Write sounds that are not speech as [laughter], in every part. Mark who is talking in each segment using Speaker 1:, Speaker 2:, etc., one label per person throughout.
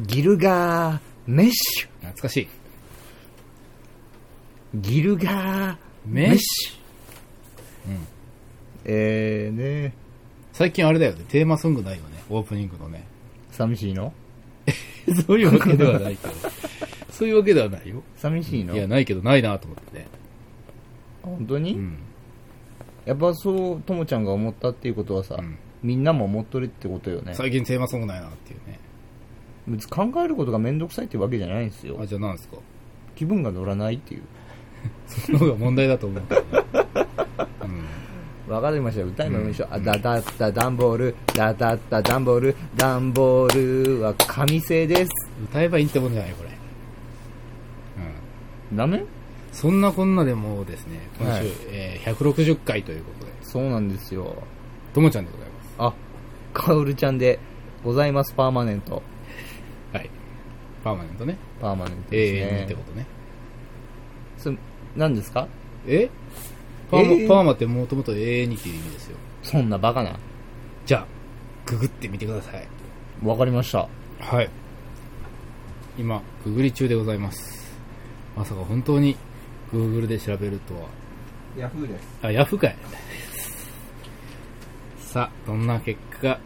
Speaker 1: ギルガーメッシュ。
Speaker 2: 懐かしい。
Speaker 1: ギルガー
Speaker 2: メッシュ
Speaker 1: えーね、
Speaker 2: 最近あれだよね、テーマソングないよね、オープニングのね。 [laughs]
Speaker 1: 寂しいの
Speaker 2: そういうわけではな
Speaker 1: [laughs]
Speaker 2: いけど。そういうわけではないよ。
Speaker 1: 寂しいの
Speaker 2: いや、ないけど、ないなと思ってね。
Speaker 1: 本当に、
Speaker 2: うん。
Speaker 1: やっぱそう、ともちゃんが思ったっていうことはさ、
Speaker 2: うん
Speaker 1: みんなも思っとるってことよね。
Speaker 2: 最近テーマソングないなっていうね。
Speaker 1: 別に考えることがめんどくさいってわけじゃないんですよ
Speaker 2: あ、。じゃあ何ですか
Speaker 1: 気分が乗らないっていう。
Speaker 2: その方が問題だと思うけどね。うん。
Speaker 1: わかりましたよ。歌いましょう。あ、だだったダンボール、だだったダンボール、ダンボールは神製です。
Speaker 2: 歌えばいいってもんじゃないよ、これ。うん。
Speaker 1: ダメ
Speaker 2: そんなこんなでもうですね、今週、
Speaker 1: はい
Speaker 2: えー160回ということで、
Speaker 1: そうなんですよ。
Speaker 2: ともちゃんでございます。
Speaker 1: あ、カオルちゃんでございます、パーマネント。
Speaker 2: はい。パーマネントね。
Speaker 1: パーマネント
Speaker 2: 永
Speaker 1: です
Speaker 2: 遠に
Speaker 1: ね
Speaker 2: っ。てことね。
Speaker 1: そ何ですか
Speaker 2: えパーマ、
Speaker 1: えー
Speaker 2: パーマってもともと永遠にっていう意味ですよ。
Speaker 1: そんなバカな。
Speaker 2: じゃあ、ググってみてください。
Speaker 1: わかりました。
Speaker 2: はい。今、ググり中でございます。まさか本当に Google で調べるとは。
Speaker 1: ヤフーです。
Speaker 2: あ、ヤフーかい。 [laughs] さあ、どんな結果が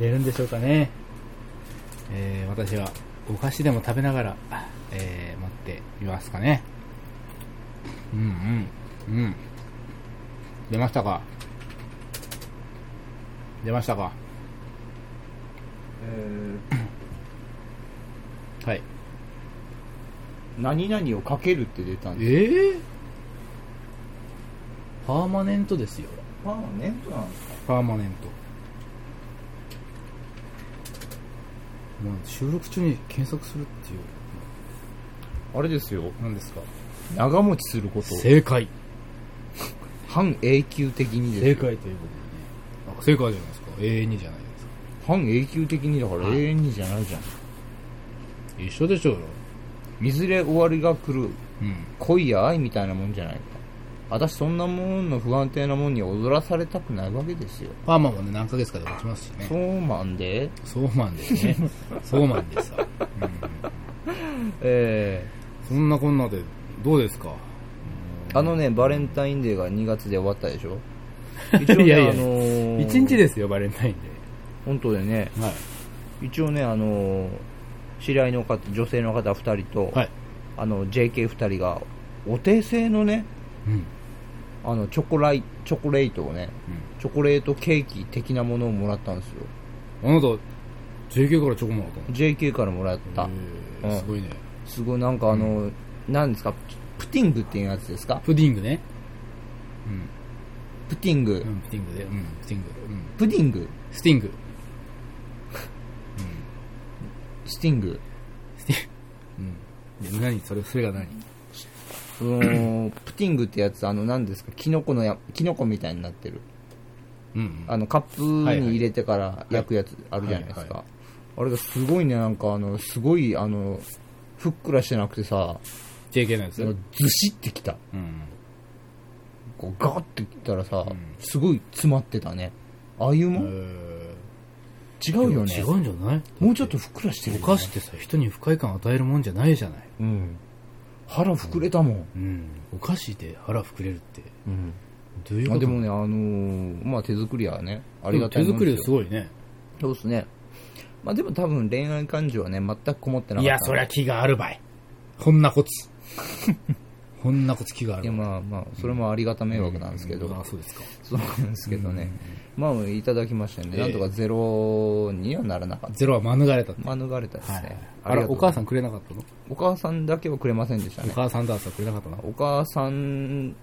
Speaker 2: 出るんでしょうかね。えー、私はお菓子でも食べながら、えー、待ってみますかね。うんうん。うん。出ましたか出ましたかはい。
Speaker 1: 何々をかけるって出たん
Speaker 2: え
Speaker 1: です。
Speaker 2: ー、パーマネントですよ。
Speaker 1: パーマネントなんですか
Speaker 2: パーマネント。まあ、収録中に検索するっていう、
Speaker 1: あれですよ。
Speaker 2: 何ですか
Speaker 1: 長持ちすること。
Speaker 2: 正解。
Speaker 1: 半永久的にですよ
Speaker 2: 正解ということでね。あ正解じゃないですか。永遠にじゃないですか。
Speaker 1: 半永久的にだから永遠にじゃないじゃん。
Speaker 2: 一緒でしょうよ。
Speaker 1: いずれ終わりが来る
Speaker 2: うん。
Speaker 1: 恋や愛みたいなもんじゃないか。私そんなもんの不安定なもんに踊らされたくないわけですよ。
Speaker 2: パーマもね、何ヶ月かで落ちますしね
Speaker 1: そ。うなんで、
Speaker 2: そうなんですね。 [laughs] そうなんですさ。うん。
Speaker 1: え
Speaker 2: そんなこんなで、どうですか
Speaker 1: ー、あのね、バレンタインデーが2月で終わったでし
Speaker 2: [laughs]
Speaker 1: ょ一応ね、
Speaker 2: いやいや
Speaker 1: あのー、
Speaker 2: 一日ですよ、バレンタイン
Speaker 1: 本当でね、
Speaker 2: で。はい。
Speaker 1: 一応ね、あのー、知り合いの方、女性の方2人と、
Speaker 2: はい。
Speaker 1: あの、JK2 人が、お手製のね、
Speaker 2: うん。うん。
Speaker 1: あの、チョコライ、チョコレートをね、チョコレートケーキ的なものをもらったんですよ。
Speaker 2: あなた、19からチョコもらったの
Speaker 1: JK からもらった。
Speaker 2: へー
Speaker 1: うん
Speaker 2: すごいね。
Speaker 1: すごいなんかあの、なんですか、プティングっていうやつですか
Speaker 2: プディングね。うん。
Speaker 1: プティング、
Speaker 2: うん、スティングで、うん、スティング、うん、
Speaker 1: プディング、
Speaker 2: スティング、
Speaker 1: スティング、
Speaker 2: うん、で、何それ、それが何
Speaker 1: そのプティングってやつ、あの、なんですか、キノコのや、キノコみたいになってる。
Speaker 2: うん、
Speaker 1: あの、カップに入れてから焼くやつあるじゃないです
Speaker 2: はいは
Speaker 1: か。あれがすごいね、なんかあの、すごい、あの、ふっくらしてなくてさ、
Speaker 2: JK のやつ。
Speaker 1: ず
Speaker 2: う
Speaker 1: しってきた。
Speaker 2: ん、
Speaker 1: こうガーってきたらさ、
Speaker 2: ん
Speaker 1: すごい詰まってたね。ああいう
Speaker 2: え
Speaker 1: もん、
Speaker 2: ー、
Speaker 1: 違うよね
Speaker 2: 違。うんじゃない
Speaker 1: もうちょっとふっくらしてる
Speaker 2: お
Speaker 1: よね、
Speaker 2: 菓子ってさ、人に不快感与えるもんじゃないじゃない。
Speaker 1: うん。腹膨れたもん。
Speaker 2: うん、お菓子で腹膨れるって、
Speaker 1: うん。
Speaker 2: どういうこ
Speaker 1: あ
Speaker 2: と
Speaker 1: でもね、あのーまあ手作りはね、あ
Speaker 2: あ
Speaker 1: りがたい
Speaker 2: 手
Speaker 1: もん
Speaker 2: 作りです
Speaker 1: よ。
Speaker 2: ごいね。
Speaker 1: そうですね。まあでも多分恋愛感情はね、全くこもってなかった。
Speaker 2: いや、そりゃ気があるばい。こんな
Speaker 1: [laughs]
Speaker 2: コツ。こんなコツ気があ
Speaker 1: いや
Speaker 2: るわ。
Speaker 1: まあまあ、それもありがた迷惑なんですけど、
Speaker 2: あ、そうですか。
Speaker 1: そうなんですけどね。まあ、いただきましたんで、なんとかゼロにはならなかっ
Speaker 2: ゼロは免れたって。
Speaker 1: た。免れたです
Speaker 2: はい
Speaker 1: ね。
Speaker 2: あれ、お母
Speaker 1: ん
Speaker 2: さんくれなかったの
Speaker 1: お母さんだけはくれませんでした
Speaker 2: お
Speaker 1: ね。
Speaker 2: 母さんダースはくれなかったの
Speaker 1: お母さん、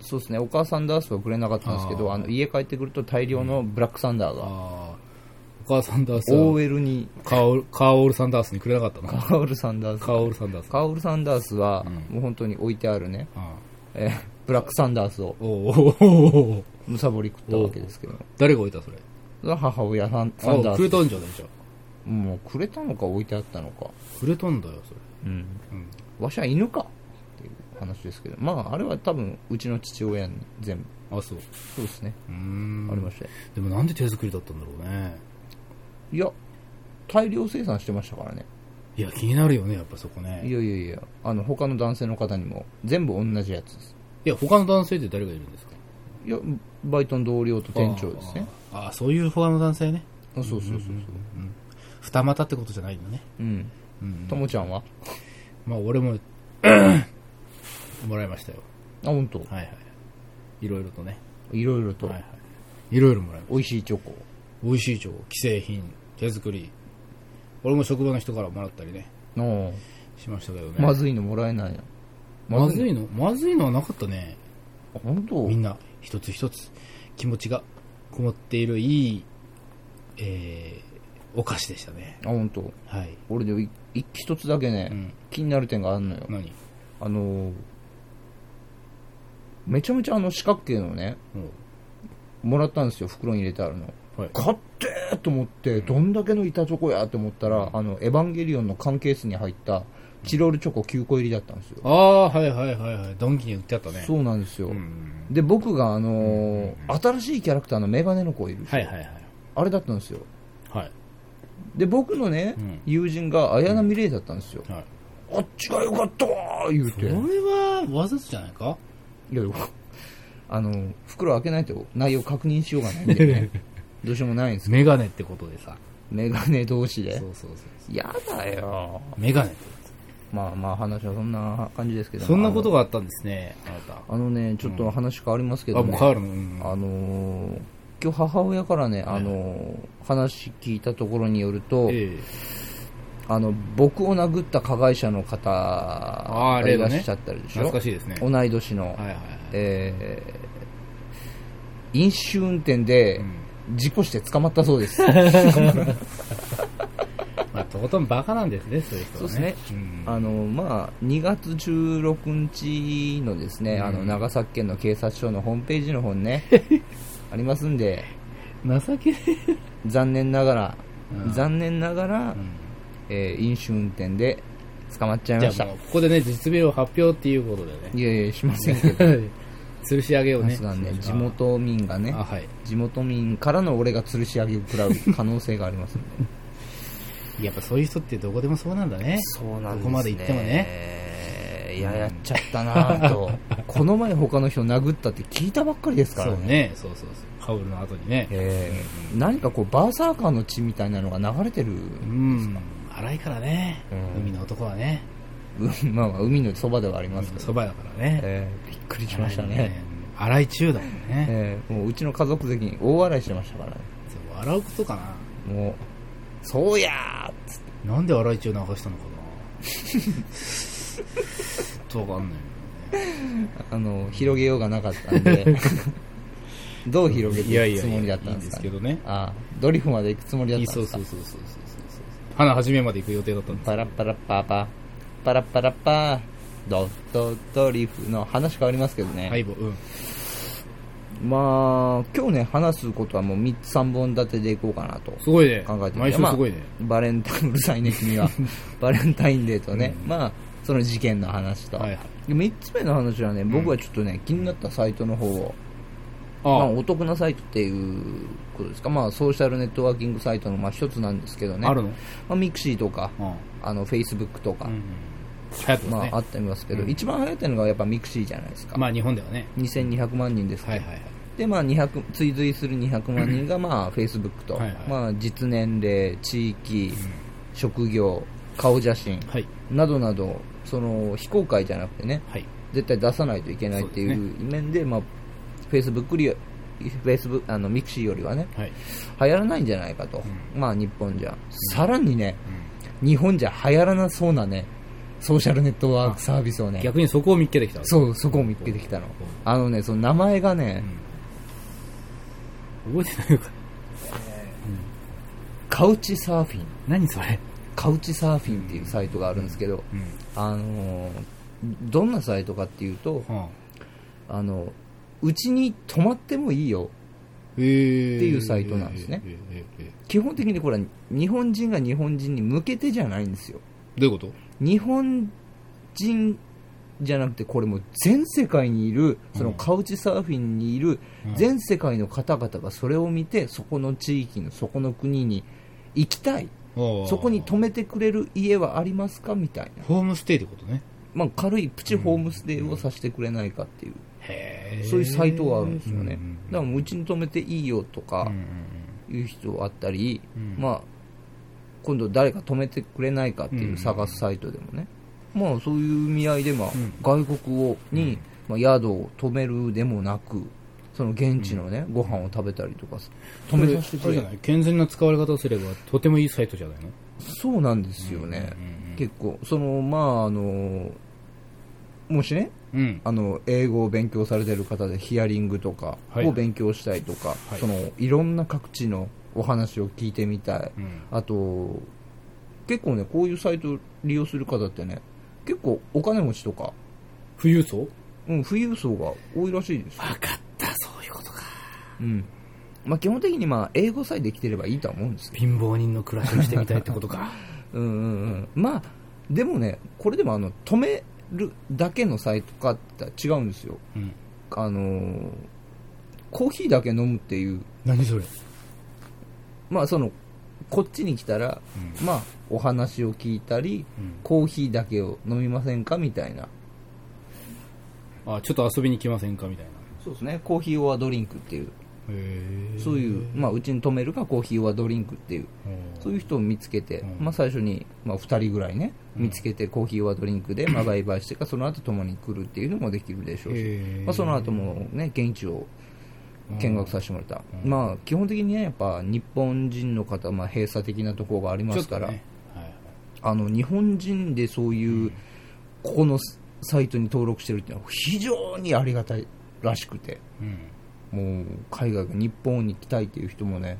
Speaker 1: そうですね、お母さんダースはくれなかったんですけど、
Speaker 2: あ
Speaker 1: あ
Speaker 2: ー
Speaker 1: の家帰ってくると大量のブラックサンダーが、
Speaker 2: ああ、お母さんダースは、
Speaker 1: OL に、
Speaker 2: カオル、カオールサンダースにくれなかったの
Speaker 1: カオルサンダース。
Speaker 2: カオールサンダース。あ
Speaker 1: カオル・サンダースは、
Speaker 2: うん
Speaker 1: もう本当に置いてあるね、
Speaker 2: あ
Speaker 1: えーブラック・サンダースを
Speaker 2: おーおーおーおー
Speaker 1: むさぼり食ったわけですけど、
Speaker 2: 誰が置いたそれ。
Speaker 1: それは母親さんサン
Speaker 2: あ
Speaker 1: ダ
Speaker 2: あ、クレ
Speaker 1: ー
Speaker 2: たんじゃないじゃ
Speaker 1: ス。
Speaker 2: ん。
Speaker 1: もうくれたのか置いてあったのか。
Speaker 2: くれたんだよ、それ。
Speaker 1: うん。
Speaker 2: うん。
Speaker 1: わしは犬かっていう話ですけど、まあ、あれは多分、うちの父親に全部。
Speaker 2: あ、そう。
Speaker 1: そうですね。
Speaker 2: うーん。
Speaker 1: ありましたよ
Speaker 2: でもなんで手作りだったんだろうね。
Speaker 1: いや、大量生産してましたからね。
Speaker 2: いや、気になるよね、やっぱそこね。
Speaker 1: い
Speaker 2: い
Speaker 1: やいやいや、あの、他の男性の方にも、全部同じやつです。
Speaker 2: や、他の男性って誰がいるんですか
Speaker 1: いや、バイトの同僚と店長ですね。
Speaker 2: あーあー、そういう他の男性ね。
Speaker 1: あそうそうそうそう。
Speaker 2: うん。二股ってことじゃないんだね。
Speaker 1: うん。
Speaker 2: うん
Speaker 1: と。もちゃんは
Speaker 2: まあ、俺も、 [coughs] もらいましたよ。
Speaker 1: あ、本当。
Speaker 2: はいはい。いろいろとね。
Speaker 1: いろいろと
Speaker 2: はいは。い。いろいろもらいまし
Speaker 1: 美味しいチョコ。
Speaker 2: た。美味しいチョコ、既製品、手作り。俺も職場の人からもらったりね、
Speaker 1: の
Speaker 2: しましたけどね。
Speaker 1: まずいのもらえないの。
Speaker 2: まずいのまずいのはなかったね。
Speaker 1: あ本当
Speaker 2: みんな一つ一つ気持ちがこもっているいい、えーお菓子でしたね。
Speaker 1: あ、本当。
Speaker 2: はい。
Speaker 1: 俺でもいい一つだけね、
Speaker 2: うん。
Speaker 1: 気になる点があるのよ。
Speaker 2: 何
Speaker 1: あのーめちゃめちゃあの四角形のね、
Speaker 2: も
Speaker 1: もらったんですよ、袋に入れてあるの。
Speaker 2: う、はい。
Speaker 1: 買ってーと思って、どんだけの板チョコやと思ったら、あの、エヴァンゲリオンの缶ケースに入った、チロルチョコ9個入りだったんですよ。
Speaker 2: ああ、はいはいはいはい。ドンキに売ってあったね。
Speaker 1: そうなんですよ。
Speaker 2: ん。
Speaker 1: で、僕が、あのー新しいキャラクターのメガネの子いる、
Speaker 2: はいはいはい。
Speaker 1: あれだったんですよ。
Speaker 2: はい。
Speaker 1: で、僕のね、
Speaker 2: うん
Speaker 1: 友人が綾波レイだったんですよ。
Speaker 2: はい。
Speaker 1: あっちがよかったー言う
Speaker 2: こ
Speaker 1: て。
Speaker 2: れは、わざとじゃないか
Speaker 1: いや、よあの、袋開けないと内容確認しようがないんで
Speaker 2: [laughs]
Speaker 1: ね。どうしようもないんですけ
Speaker 2: メガネってことでさ。
Speaker 1: ど、メガネ同士で
Speaker 2: そう。そうそう
Speaker 1: やだよ。
Speaker 2: メガネってことです
Speaker 1: まあまあ話はそんな感じですけども
Speaker 2: そんなことがあったんですね、あなた。
Speaker 1: あのね、ちょっと話変わりますけど、
Speaker 2: あ、
Speaker 1: ね
Speaker 2: もう帰るのうん。
Speaker 1: あのー今日母親からね、あのー話聞いたところによると、
Speaker 2: ええ
Speaker 1: あの、僕を殴った加害者の方が
Speaker 2: あー
Speaker 1: い
Speaker 2: 例
Speaker 1: ら
Speaker 2: の
Speaker 1: っ
Speaker 2: ね
Speaker 1: しゃったりでしょ、
Speaker 2: 懐かしいですね。はい
Speaker 1: 同い年の、
Speaker 2: はいはい。
Speaker 1: えー飲酒運転で
Speaker 2: うん
Speaker 1: 事故して捕まったそう
Speaker 2: [laughs]
Speaker 1: です。
Speaker 2: まあ、とことんバカなんですね、そういう
Speaker 1: そ
Speaker 2: 人はね。
Speaker 1: うです
Speaker 2: ね。
Speaker 1: あのまあ、2月16日のですね、
Speaker 2: うん
Speaker 1: あの長崎県の警察署のホームページの方に
Speaker 2: [laughs]
Speaker 1: ね、ありますんで、
Speaker 2: 情けね
Speaker 1: 残念ながら、
Speaker 2: うん
Speaker 1: 残念ながら、えー飲酒運転で捕まっちゃいまし
Speaker 2: じゃ
Speaker 1: た。
Speaker 2: あも
Speaker 1: いう
Speaker 2: ここでね実名を発表っていうことで
Speaker 1: やいや、しませんけ
Speaker 2: [laughs]
Speaker 1: ど、
Speaker 2: ね吊るし上げを
Speaker 1: さ
Speaker 2: ね
Speaker 1: すがにね、
Speaker 2: し
Speaker 1: 地
Speaker 2: ましょう
Speaker 1: 元民がね
Speaker 2: あ、はい
Speaker 1: 地元民からの俺が吊るし上げを食らう可能性がありますんで。
Speaker 2: やっぱそういう人ってどこでもそうなんだね
Speaker 1: そうなんですね。
Speaker 2: どこまで行ってもね
Speaker 1: いや、やっちゃったなぁ
Speaker 2: [laughs]
Speaker 1: と。この前他の人殴ったって聞いたばっかりですから
Speaker 2: そうねそうそうそうハウルの後にね
Speaker 1: えー何かこうバーサーカーの血みたいなのが流れてる、 [laughs]
Speaker 2: うん荒いからね
Speaker 1: うん
Speaker 2: 海の男はね
Speaker 1: うんまあまあ海のそばではあります
Speaker 2: 海
Speaker 1: け
Speaker 2: の
Speaker 1: ど、
Speaker 2: そばだからね
Speaker 1: えーびっくりしましたね
Speaker 2: 荒い中だもんね
Speaker 1: えーもううちの家族的に大笑いしてましたからね
Speaker 2: そう笑うことかな
Speaker 1: もうそうやーっつって
Speaker 2: なんで荒い中流したのかなちょっとわかんないけどね
Speaker 1: あの広げようがなかったん
Speaker 2: [laughs]
Speaker 1: でどう広げ
Speaker 2: いや
Speaker 1: て
Speaker 2: い
Speaker 1: いく
Speaker 2: や
Speaker 1: つもりだったんですか、
Speaker 2: いいんですけどね
Speaker 1: あードリフまで行くつもりだったん
Speaker 2: そ
Speaker 1: で
Speaker 2: う
Speaker 1: すか
Speaker 2: そうそうそうそうそうそう花始めまで行く予定だったんです
Speaker 1: パラッパラッパーパーパラッパラッパードットドリフの話変わりますけどね、
Speaker 2: ハイボうん
Speaker 1: まあ今日ね話すことはもう3つ3本立てでいこうかなと
Speaker 2: すごいね
Speaker 1: 考えて
Speaker 2: 毎週すごいね、
Speaker 1: まあバレンタイン、うるさいね、君
Speaker 2: [laughs]
Speaker 1: は。バレンタインデーとね、まあ、その事件の話と。
Speaker 2: はいはい
Speaker 1: で3つ目の話はね、僕はちょっとね、気になったサイトの方を、まあ、
Speaker 2: あ
Speaker 1: お得なサイトっていうことですか、まあ、ソーシャルネットワーキングサイトの、まあ、一つなんですけどね。
Speaker 2: あるの
Speaker 1: まあ、ミクシーとか、
Speaker 2: あ
Speaker 1: あの、フェイスブックと
Speaker 2: あ
Speaker 1: か
Speaker 2: うん、うん流行ってま
Speaker 1: ます
Speaker 2: ね
Speaker 1: あ、あってますけど、
Speaker 2: うん
Speaker 1: 一番流行ってるのがやっぱミクシーじゃないですか。
Speaker 2: まあ日本ではね
Speaker 1: 2200万人ですか
Speaker 2: はい
Speaker 1: ら
Speaker 2: はいはい
Speaker 1: で、まあ、200追随する200万人が、
Speaker 2: [clears throat]
Speaker 1: まあ、Facebook と、
Speaker 2: はいはい
Speaker 1: まあ、実年齢、地域、職業、顔写真
Speaker 2: はい
Speaker 1: などなど、その非公開じゃなくてね、
Speaker 2: はい
Speaker 1: 絶対出さないといけないってい
Speaker 2: そう
Speaker 1: う面で、まあ、Facebook より、Facebook、あの、ミクシーよりはね、
Speaker 2: はい
Speaker 1: 流行らないんじゃないかと。まあ、日本じゃ。さらにね、
Speaker 2: う
Speaker 1: 日本じゃ流行らなそうなね、ソーシャルネットワークサービスを
Speaker 2: ん
Speaker 1: ね、
Speaker 2: 逆にそこを見っけてきたわけ
Speaker 1: そう、そこを見つけてきたの。あのね、その名前がね、
Speaker 2: うん覚えてないのか
Speaker 1: カウチサーフィン。
Speaker 2: 何それ
Speaker 1: カウチサーフィンっていうサイトがあるんですけど、
Speaker 2: うん
Speaker 1: あのーどんなサイトかっていうと、
Speaker 2: はあ
Speaker 1: あの、うちに泊まってもいいよ。
Speaker 2: えー
Speaker 1: っていうサイトなんですね
Speaker 2: えーえーえーえ
Speaker 1: 基本的にこれは日本人が日本人に向けてじゃないんですよ。
Speaker 2: ーどういうこと
Speaker 1: 日本人じゃなくて、これもう全世界にいる、そのカウチサーフィンにいる
Speaker 2: うん
Speaker 1: 全世界の方々がそれを見て、そこの地域の、そこの国に行きたい。
Speaker 2: おー
Speaker 1: そこに泊めてくれる家はありますかみたいな、
Speaker 2: ホームステイってことね。
Speaker 1: まあ、軽いプチホームステイをさせてくれないかっていう、
Speaker 2: へー
Speaker 1: そういうサイトがあるんですよね、
Speaker 2: うんうんうん
Speaker 1: だからもううちに泊めていいよとか
Speaker 2: うんうん
Speaker 1: いう人あったり、
Speaker 2: うん
Speaker 1: まあ、今度誰か泊めてくれないかっていう探すサイトでもね、まあ、そういう意味合いで、まあ
Speaker 2: うん
Speaker 1: 外国をに、まあ、宿を泊めるでもなくその現地のね、ご飯を食べたりとか泊めさせて
Speaker 2: あ
Speaker 1: く
Speaker 2: れ
Speaker 1: れ
Speaker 2: じゃない健全な使われ方をすれば、とてもいいサイトじゃないの
Speaker 1: そうなんですよね、
Speaker 2: うんうん
Speaker 1: 結構そのまああのもしね
Speaker 2: うん。
Speaker 1: あの英語を勉強されてる方でヒアリングとか
Speaker 2: はい
Speaker 1: を勉強したいとか、
Speaker 2: はい
Speaker 1: い、そのいろんな各地のお話を聞いてみたい、
Speaker 2: うん
Speaker 1: あと結構ねこういうサイト利用する方ってね結構お金持ちとか、
Speaker 2: 富裕層
Speaker 1: うん、富裕層が多いらしいですよ、
Speaker 2: かった、そういうことか。
Speaker 1: うんまあ、基本的にまあ英語さえできてればいいとは思うんですけど
Speaker 2: 貧乏人の暮らしをしてみたいってことか。
Speaker 1: うんうんうん、まあでもねこれでもあの止めるだけのサイトかって違うんですよ
Speaker 2: [laughs] うん。
Speaker 1: あのーコーヒーだけ飲むっていう
Speaker 2: 何それ
Speaker 1: まあそのこっちに来たら、まあお話を聞いたり、
Speaker 2: うん
Speaker 1: コーヒーだけを飲みませんかみたいな
Speaker 2: あ、ちょっと遊びに来ませんかみたいな。
Speaker 1: そうですねコーヒーオアドリンクっていう
Speaker 2: へえ
Speaker 1: そういう、まあ、うちに泊めるかコーヒーオアドリンクっていうそういう人を見つけて、
Speaker 2: うん
Speaker 1: まあ、最初に、まあ、2人ぐらいね、見つけてコーヒーはドリンクで、まあ、売買してか、その後共に来るっていうのもできるでしょうし、
Speaker 2: へー
Speaker 1: まあ、その後もね、現地を見学させてもらった。まあ、基本的にね、やっぱ日本人の方、まあ、閉鎖的なところがありますから、
Speaker 2: ねはい
Speaker 1: あの、日本人でそういう、ここのサイトに登録してるっていうのは非常にありがたいらしくて、
Speaker 2: うん
Speaker 1: もう、海外が日本に来たいっていう人もね、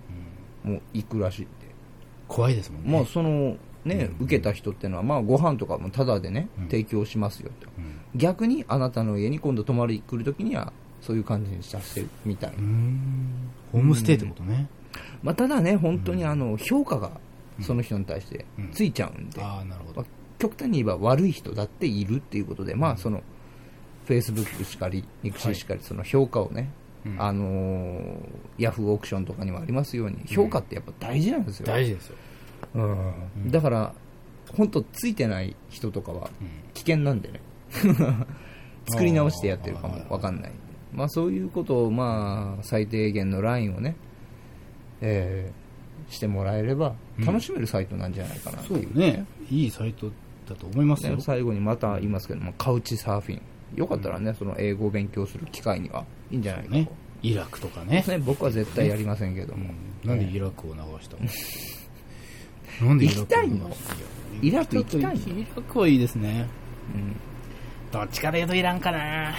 Speaker 2: うん
Speaker 1: もう行くらしいって。
Speaker 2: 怖いですもんね。
Speaker 1: まあそのね、受けた人ってのは、まあ、ご飯とかもタダでね、提供しますよと、
Speaker 2: ん
Speaker 1: 逆にあなたの家に今度泊まり来るときには、そういう感じにさせるみたいな、
Speaker 2: うーん。ホームステイってことね。
Speaker 1: まあ、ただね、本当にあの評価がその人に対して
Speaker 2: うん
Speaker 1: ついちゃうんで、
Speaker 2: ああ、なるほ
Speaker 1: まあ
Speaker 2: ど。、
Speaker 1: 極端に言えば悪い人だっているっていうことで、まあその、フェイスブックしかり、ミクシーしかり、その評価をね、
Speaker 2: うん
Speaker 1: あのーヤフーオークションとかにもありますように、評価ってやっぱ大事なんですよ。
Speaker 2: 大事ですよ。
Speaker 1: うんだから、本当ついてない人とかは
Speaker 2: うん
Speaker 1: 危険なん
Speaker 2: [laughs]
Speaker 1: でね。作り直してやってるかもわかんないんで。まあそういうことを、まあ最低限のラインをね、えーしてもらえれば、楽しめるサイトなんじゃないかなって
Speaker 2: そう
Speaker 1: いう。
Speaker 2: ね。いいサイトだと思いますよ
Speaker 1: ね。最後にまた言いますけども、カウチサーフィン。よかったらね、その英語を勉強する機会にはいいんじゃないかと。
Speaker 2: ね。イラクとかね。
Speaker 1: ね、僕は絶対やりませんけど
Speaker 2: う
Speaker 1: も。
Speaker 2: んなんでイラクを流したの [laughs] なんでイラクを流した
Speaker 1: 行イラク行きたいの
Speaker 2: イラクはいいですね。
Speaker 1: うん
Speaker 2: どっちかで言うとイランかな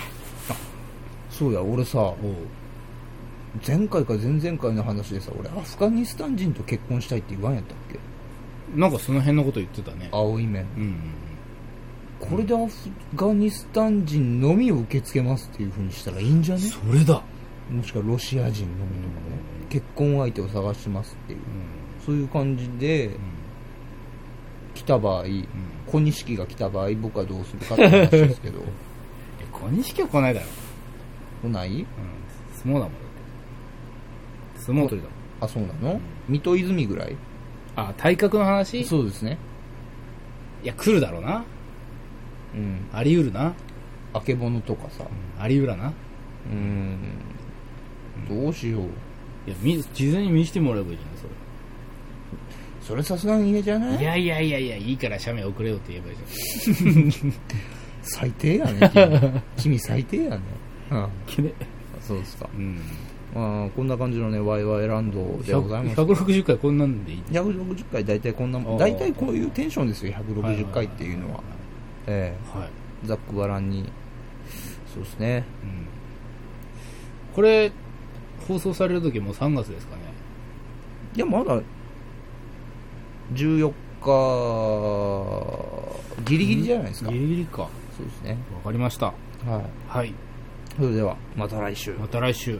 Speaker 1: そうや、俺さ、
Speaker 2: おう
Speaker 1: 前回か前々回の話でさ俺アフガニスタン人と結婚したいって言わんやったっけ
Speaker 2: なんかその辺のこと言ってたね。
Speaker 1: 青い面
Speaker 2: うんうんうん。
Speaker 1: これでアフガニスタン人のみを受け付けますっていうふうにしたらいいんじゃね
Speaker 2: それだ。
Speaker 1: もしくはロシア人のみとかね結婚相手を探しますっていう
Speaker 2: うん。
Speaker 1: そういう感じで来た場合小錦が来た場合僕はどうするかって話ですけど [laughs]
Speaker 2: え、小錦は来ないだろ。
Speaker 1: 来ない
Speaker 2: うん。相撲だもん。だって相撲取りだ
Speaker 1: あそうなの水戸泉ぐらい
Speaker 2: もん。あ、体格の話い
Speaker 1: そうですね
Speaker 2: や、来るだろうな。
Speaker 1: うん
Speaker 2: あり得るな。
Speaker 1: あけぼのとかさ
Speaker 2: あり得るな。
Speaker 1: うんどうしよう
Speaker 2: いや、み事前に見せてもらえばいいじゃない、それ。
Speaker 1: それさすがに嫌じゃない
Speaker 2: いやいやいやいや、いいから写メ送れよって言えばいいじ
Speaker 1: 最低やね君
Speaker 2: [laughs]
Speaker 1: 君最低やねうん
Speaker 2: ゃん。ね。
Speaker 1: そうですか
Speaker 2: うん。
Speaker 1: まあこんな感じのねワイワイランドでございます
Speaker 2: 160回こんなんでいい
Speaker 1: 160回大体こんなも
Speaker 2: あー
Speaker 1: ん大体こういうテンションですよ160回っていうのはえ
Speaker 2: はい。
Speaker 1: えざっくばらんにそうですね
Speaker 2: うん。これ、放送される時もう3月ですかね。
Speaker 1: いやまだ14日ギリギリじゃないですか
Speaker 2: ギリギリか。わ
Speaker 1: そうですね
Speaker 2: かりました。
Speaker 1: はい
Speaker 2: はい。
Speaker 1: それではまた来週
Speaker 2: また来週。